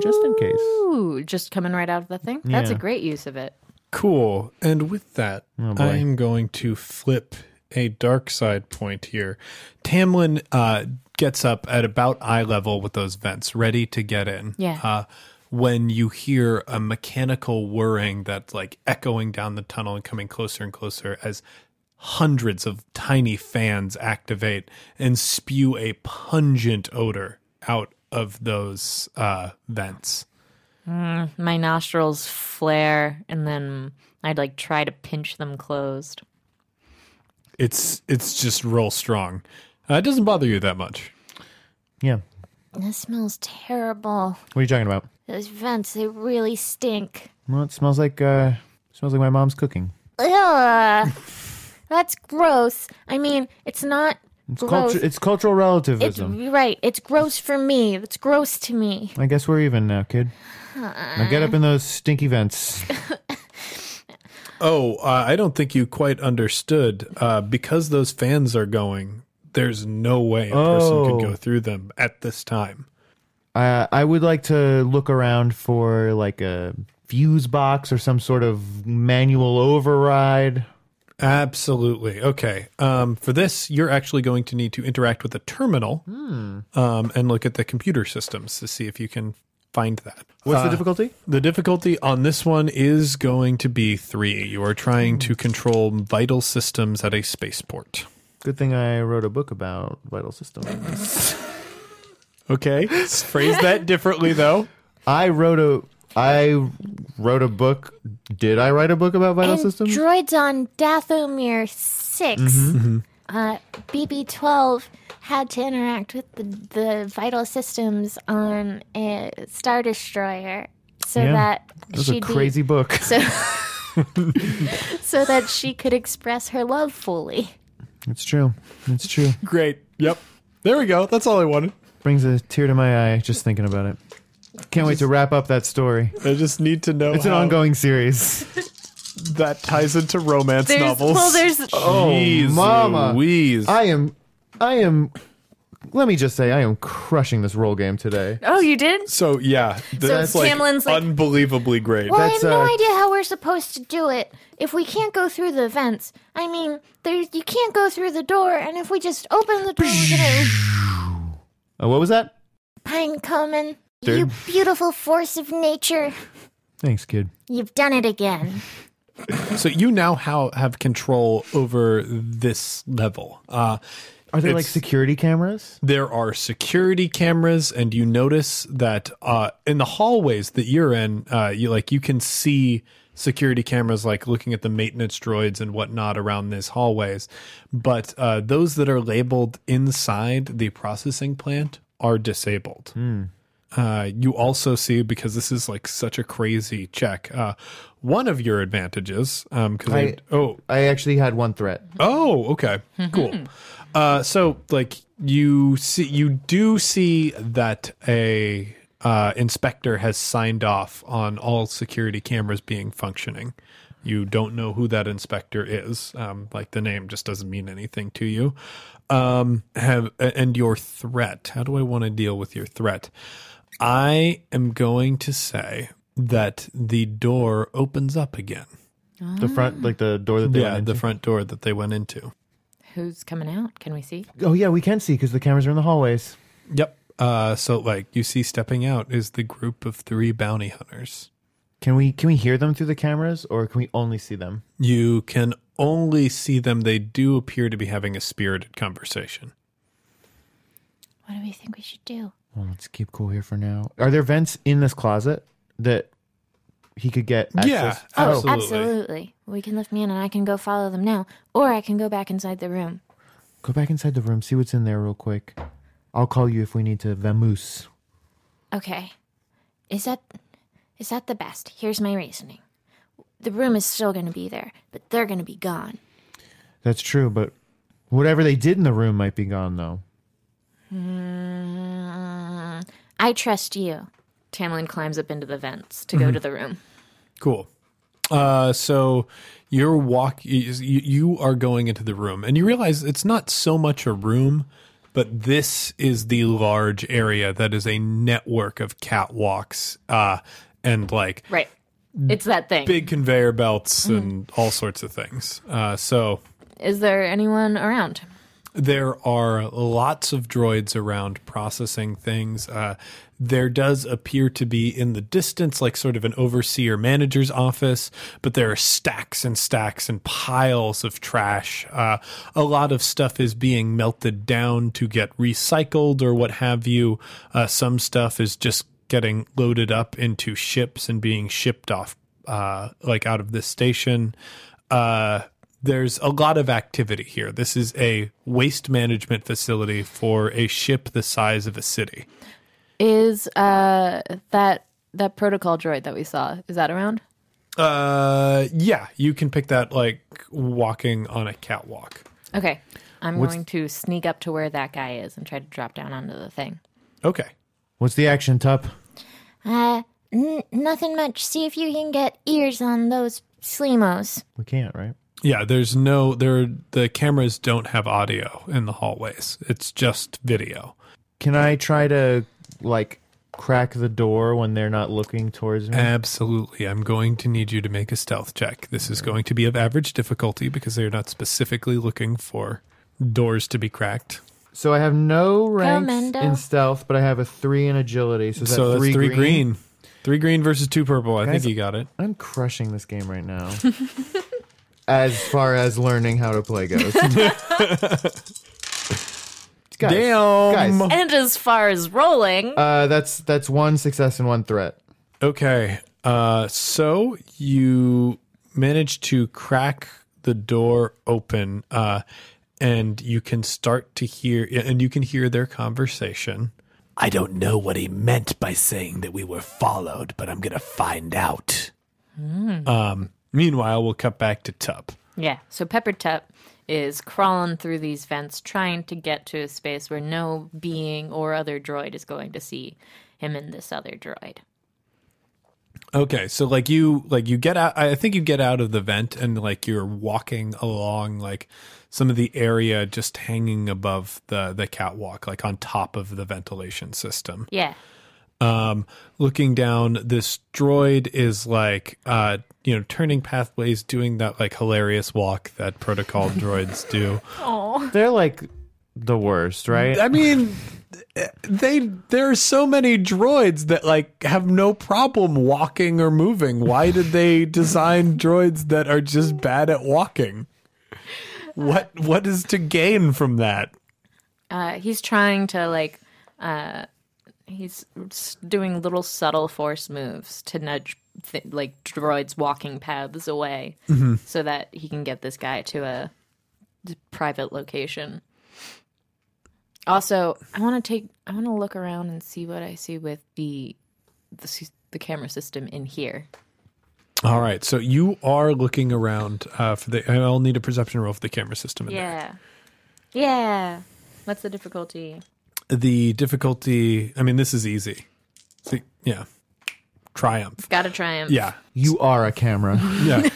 E: just in case.
F: Ooh, just coming right out of the thing? That's a
E: Yeah.
F: great use of it.
B: Cool. And with that,
E: boy.
B: I am going to flip a dark side point here. Tamlin uh, gets up at about eye level with those vents, ready to get in.
F: Yeah.
B: Uh, when you hear a mechanical whirring that's like echoing down the tunnel and coming closer and closer as hundreds of tiny fans activate and spew a pungent odor out of those uh, vents.
F: my nostrils flare and then I'd like try to pinch them closed.
B: It's it's just real strong. Uh, it doesn't bother you that much.
E: Yeah.
L: This smells terrible.
E: What are you talking about?
L: Those vents, they really stink.
E: Well, it smells like uh, smells like my mom's cooking.
L: Ugh. That's gross. I mean, it's not
E: It's,
L: gross.
E: culture, it's cultural
L: it's
E: relativism.
L: you're right. It's gross for me. It's gross to me.
E: I guess we're even now, kid. Now get up in those stinky vents.
B: Oh, uh, I don't think you quite understood. Uh, because those fans are going, there's no way a person
E: Oh.
B: could go through them at this time.
E: uh, I would like to look around for like a fuse box or some sort of manual override.
B: Absolutely. Okay. Um, for this, you're actually going to need to interact with a terminal um, and look at the computer systems to see if you can find that.
E: What's
B: Uh,
E: the difficulty?
B: The difficulty on this one is going to be three. You are trying to control vital systems at a spaceport.
E: Good thing I wrote a book about vital systems.
B: Okay. Phrase that differently, though.
E: I wrote a I wrote a book. Did I write a book about vital
L: And
E: systems?
L: droids on Dathomir 6,
E: Mm-hmm,
L: uh, BB-12 had to interact with the, the vital systems on a Star Destroyer so
E: Yeah.
L: that
E: It was a
L: she'd
E: crazy book.
L: be... So, so that she could express her love fully.
E: It's true. It's true.
B: Great. Yep. There we go. That's all I wanted.
E: Brings a tear to my eye just thinking about it. Can't wait to wrap up that story.
B: I just need to know
E: It's an
B: how
E: ongoing series.
B: that ties into romance novels.
F: well, there's
B: Jeez
E: mama.
B: Louise.
E: I am, I am. Let me just say, I am crushing this roll game today.
F: oh, you did.
B: so yeah, that's like,
F: Tamlin's like-
B: unbelievably great.
L: Well,
E: That's,
L: I have no
E: uh,
L: idea how we're supposed to do it. If we can't go through the vents, I mean, there's you can't go through the door, and if we just open the door, we're gonna
E: Uh, what was that?
L: pine coming.
E: Dude.
L: You beautiful force of nature.
E: Thanks, kid.
L: You've done it again.
C: So you now how have control over this level. Uh,
E: Are there like
C: It's-
E: security cameras?
C: there are security cameras, and you notice that uh, in the hallways that you're in, uh, you like you can see security cameras, like looking at the maintenance droids and whatnot around these hallways. But uh, those that are labeled inside the processing plant are disabled. Uh, you also see because this is like such a crazy check. Uh, one of your advantages, um, because
E: I-
C: oh
E: I actually had one threat.
C: Oh, okay. Cool. Uh, so like you see you do see that a uh, inspector has signed off on all security cameras being functioning. You don't know who that inspector is. Um, like the name just doesn't mean anything to you. Um, have and your threat. How do I want to deal with your threat? I am going to say that the door opens up again.
E: The front, like the door that they
C: Yeah,
E: went
C: the
E: into.
C: front door that they went into.
F: Who's coming out? Can we see?
E: oh yeah, we can see because the cameras are in the hallways.
C: Yep. Uh, so like you see stepping out is the group of three bounty hunters.
E: Can we can we hear them through the cameras or can we only see them?
C: You can only see them. They do appear to be having a spirited conversation.
L: What do we think we should do?
E: Well, let's keep cool here for now. Are there vents in this closet that he could get access?
C: Yeah, absolutely.
L: Absolutely. We can lift me in and I can go follow them now. Or I can go back inside the room.
E: Go back inside the room, see what's in there real quick. I'll call you if we need to vamoose.
L: Okay. Is that is that the best? Here's my reasoning. The room is still going to be there, but they're going to be gone.
E: That's true, but whatever they did in the room might be gone though.
L: I trust you.
F: Tamlin climbs up into the vents to go to the room.
C: Cool. Uh, so you're walk. You, you are going into the room, and you realize it's not so much a room, but this is the large area that is a network of catwalks. Uh, and like
F: Right. It's that thing.
C: big conveyor belts and all sorts of things. Uh, so
F: Is there anyone around?
C: there are lots of droids around processing things. Uh, there does appear to be in the distance, like sort of an overseer manager's office, but there are stacks and stacks and piles of trash. Uh, a lot of stuff is being melted down to get recycled or what have you. Uh, some stuff is just getting loaded up into ships and being shipped off, uh, like out of this station. Uh, there's a lot of activity here. This is a waste management facility for a ship the size of a city.
F: Is uh that that protocol droid that we saw? Is that around?
C: Uh, yeah, you can pick that like walking on a catwalk.
F: Okay. I'm going to sneak up to where that guy is and try to drop down onto the thing.
C: Okay.
E: What's the action, Tup?
L: Uh n- nothing much. See if you can get ears on those sleemos.
E: We can't, right?
C: Yeah, there's no there the cameras don't have audio in the hallways. It's just video.
E: Can I try to like crack the door when they're not looking towards me?
C: Absolutely. I'm going to need you to make a stealth check. This is going to be of average difficulty because they're not specifically looking for doors to be cracked.
E: so I have no ranks
L: Mendo.
E: in stealth, but I have a three in agility. So, is that
C: so
E: three
C: that's three
E: green?
C: green. Three green versus two purple. I
E: Guys,
C: think you got it.
E: I'm crushing this game right now. as far as learning how to play goes. guys,
C: Damn.
E: Guys.
F: And as far as rolling,
E: Uh, that's that's one success and one threat.
C: Okay. Uh, so you managed to crack the door open, uh, and you can start to hear, and you can hear their conversation.
N: I don't know what he meant by saying that we were followed, but I'm going to find out.
C: Hmm. Um, Meanwhile, we'll cut back to Tup.
F: yeah. So Pepper Tup is crawling through these vents trying to get to a space where no being or other droid is going to see him and this other droid.
C: Okay, so like you like you get out I think you get out of the vent and like you're walking along like some of the area just hanging above the the catwalk like on top of the ventilation system.
F: Yeah.
C: um, looking down. This droid is like, uh, you know, turning pathways, doing that like hilarious walk that protocol droids do.
E: They're like the worst, right?
C: I mean,
B: they there are so many droids that like have no problem walking or moving. Why did they design droids that are just bad at walking? What what is to gain from that?
F: Uh, he's trying to like, uh, he's s- doing little subtle force moves to nudge th- like droids walking paths away, so that he can get this guy to a d- private location. Also, I want to take, I want to look around and see what I see with the the, s- the camera system in here.
B: All right, so you are looking around uh, for the. I'll need a perception roll for the camera system. In
F: Yeah, yeah. What's the difficulty?
B: there. The difficulty. I mean, this is easy. See, yeah, triumph.
F: Got to triumph.
B: Yeah,
E: You are a camera.
B: Yeah.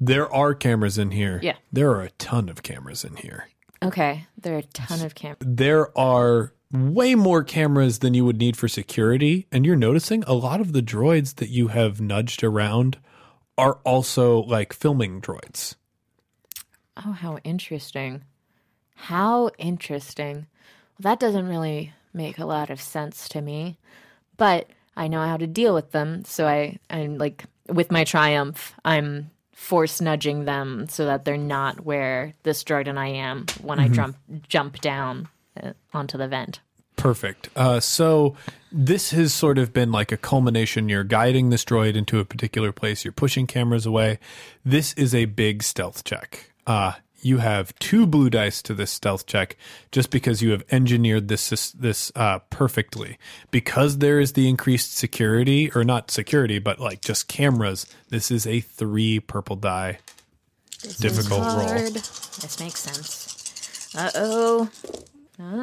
B: there are cameras in here.
F: Yeah.
B: There are a ton of cameras in here.
F: Okay, there are a ton of cameras.
B: There are way more cameras than you would need for security. And you're noticing a lot of the droids that you have nudged around are also like filming droids.
F: Oh, how interesting. How interesting. Well, that doesn't really make a lot of sense to me, but I know how to deal with them. So I, I'm like, with my triumph, I'm force nudging them so that they're not where this droid and I am when I jump, jump down uh, onto the vent.
B: Perfect. Uh, so this has sort of been like a culmination. You're guiding this droid into a particular place. You're pushing cameras away. This is a big stealth check. Uh, you have two blue dice to this stealth check, just because you have engineered this this, this uh, perfectly. Because there is the increased security, or not security, but like just cameras. This is a three purple die. Difficult roll.
F: This makes sense. Uh oh.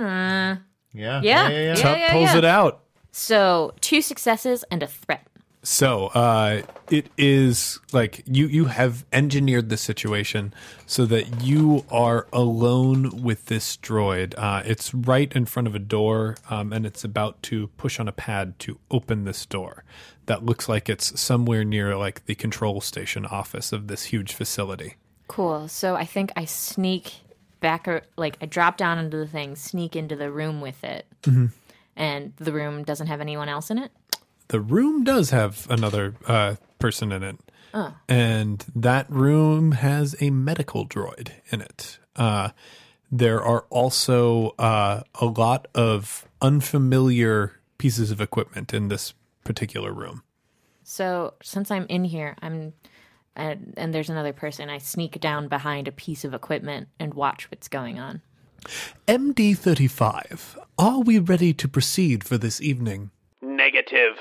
E: Yeah.
F: Yeah.
E: yeah,
F: Yeah.
B: Tuck pulls it out.
F: So two successes and a threat.
B: So uh, it is like you you have engineered the situation so that you are alone with this droid. Uh, it's right in front of a door, um, and it's about to push on a pad to open this door. That looks like it's somewhere near like the control station office of this huge facility.
F: Cool. So I think I sneak back, or, like I drop down into the thing, sneak into the room with it,
E: Mm-hmm.
F: and the room doesn't have anyone else in it.
B: The room does have another uh, person in it. And that room has a medical droid in it. Uh, there are also uh, a lot of unfamiliar pieces of equipment in this particular room.
F: So since I'm in here, I'm and, and there's another person. I sneak down behind a piece of equipment and watch what's going on.
B: MD 35, are we ready to proceed for this evening?
H: Negative.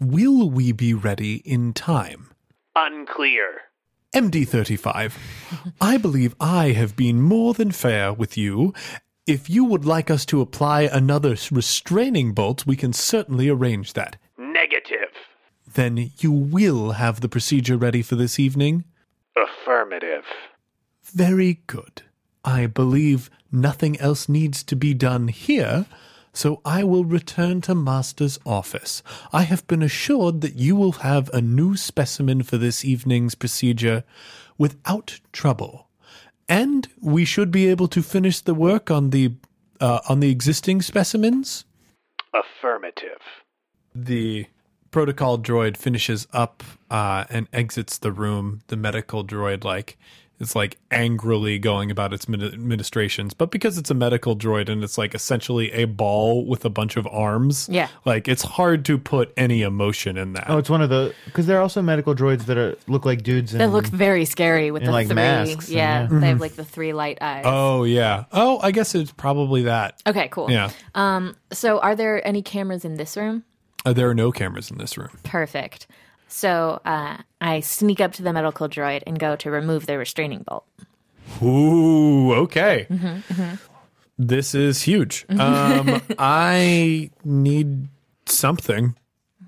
B: Will we be ready in time?
H: Unclear.
B: MD35, I believe I have been more than fair with you. If you would like us to apply another s- restraining bolt, we can certainly arrange that.
H: Negative.
B: Then you will have the procedure ready for this evening?
H: Affirmative.
B: Very good. I believe nothing else needs to be done here, so I will return to Master's office. I have been assured that you will have a new specimen for this evening's procedure without trouble. And we should be able to finish the work on the uh, on the existing specimens
H: Affirmative.
B: the protocol droid finishes up uh, and exits the room. The medical droid like is like angrily going about its min- administrations, but because it's a medical droid and it's like essentially a ball with a bunch of arms,
F: Yeah.
B: like it's hard to put any emotion in that.
E: Oh, it's one of the because there are also medical droids that are, look like dudes. And,
F: They look very scary with
E: Mm-hmm. And,
F: the
E: like,
F: three.
E: masks and-
F: yeah,
E: yeah. Mm-hmm. Uh,
F: they have like the three light eyes.
B: Oh, yeah. Oh, I guess it's probably that.
F: Okay, cool. Um,
B: Yeah,
F: So are there any cameras in this room?
B: Uh, there are no cameras in this room.
F: Perfect. So uh, I sneak up to the medical droid and go to remove the restraining bolt.
B: Ooh, okay.
F: Mm-hmm,
B: This is huge. Um, I need something.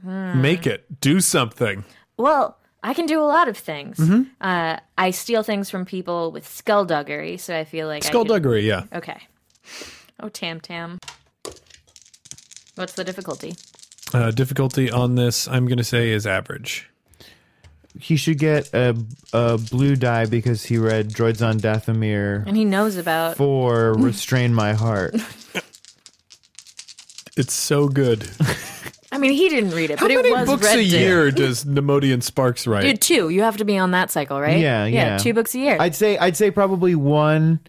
F: Hmm.
B: Make it. Do something.
F: Well, I can do a lot of things.
B: Mm-hmm.
F: Uh, I steal things from people with skullduggery, so I feel like I could-
B: Skullduggery, yeah.
F: Okay. Oh, Tam Tam. What's the difficulty?
B: Uh, difficulty on this, I'm going to say, is average.
E: he should get a a blue die because he read Droids on Dathomir
F: And he knows about.
E: for Restrain My Heart.
B: It's so good.
F: I mean, he didn't read it, but it was
B: books
F: read
B: a
F: to him.
B: year does Nemodian Sparks write?
F: Dude, two. You have to be on that cycle, right?
E: Yeah, yeah.
F: Two books a year.
E: I'd say I'd say probably one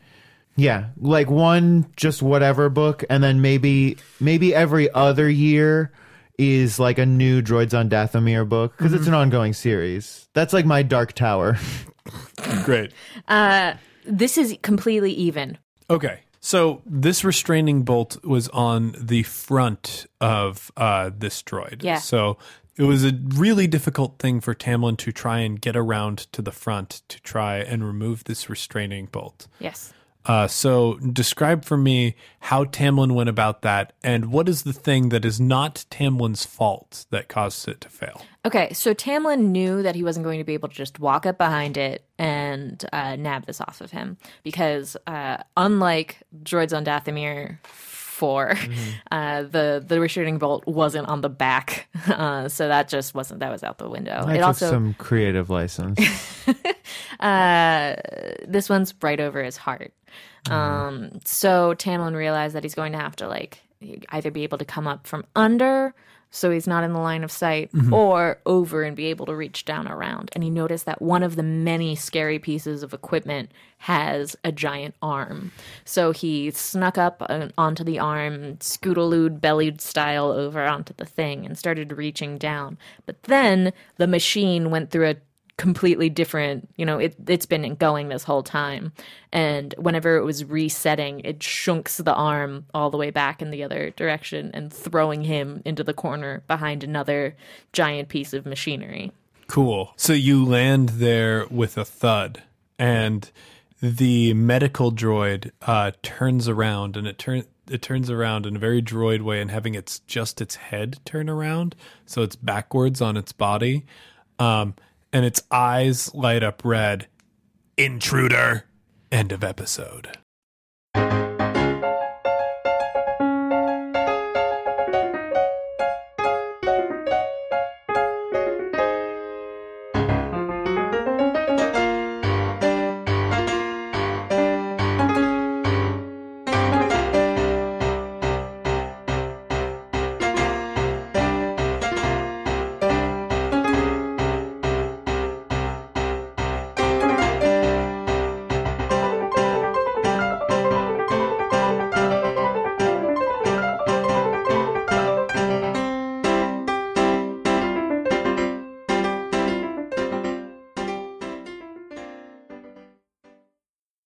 E: yeah, like one just whatever book and then maybe maybe every other year is like a new Droids on Dathomir book because it's an ongoing series. That's like my Dark Tower.
B: Great.
F: this is completely even.
B: Okay. So this restraining bolt was on the front of uh, this droid.
F: Yeah.
B: So it was a really difficult thing for Tamlin to try and get around to the front to try and remove this restraining bolt.
F: Yes.
B: Uh, so describe for me how Tamlin went about that and what is the thing that is not Tamlin's fault that caused it to fail?
F: Okay, so Tamlin knew that he wasn't going to be able to just walk up behind it and uh, nab this off of him because, uh, unlike Droids on Dathomir 4, uh, the the restraining bolt wasn't on the back, uh, so that just wasn't that was out the window.
E: I
F: it
E: took
F: also
E: some creative license.
F: uh, this one's right over his heart. Um, so Tamlin realized that he's going to have to like either be able to come up from under, so he's not in the line of sight, or over and be able to reach down around. And he noticed that one of the many scary pieces of equipment has a giant arm. So he snuck up uh, onto the arm, scootalooed bellied style over onto the thing, and started reaching down. But then the machine went through a completely different you know it, it's been going this whole time and whenever it was resetting it shunks the arm all the way back in the other direction and throwing him into the corner behind another giant piece of machinery
B: Cool. So you land there with a thud, and the medical droid uh, turns around, and it turn it turns around in a very droid way, and having its just its head turn around, so it's backwards on its body, um, and its eyes light up red. Intruder. End of episode.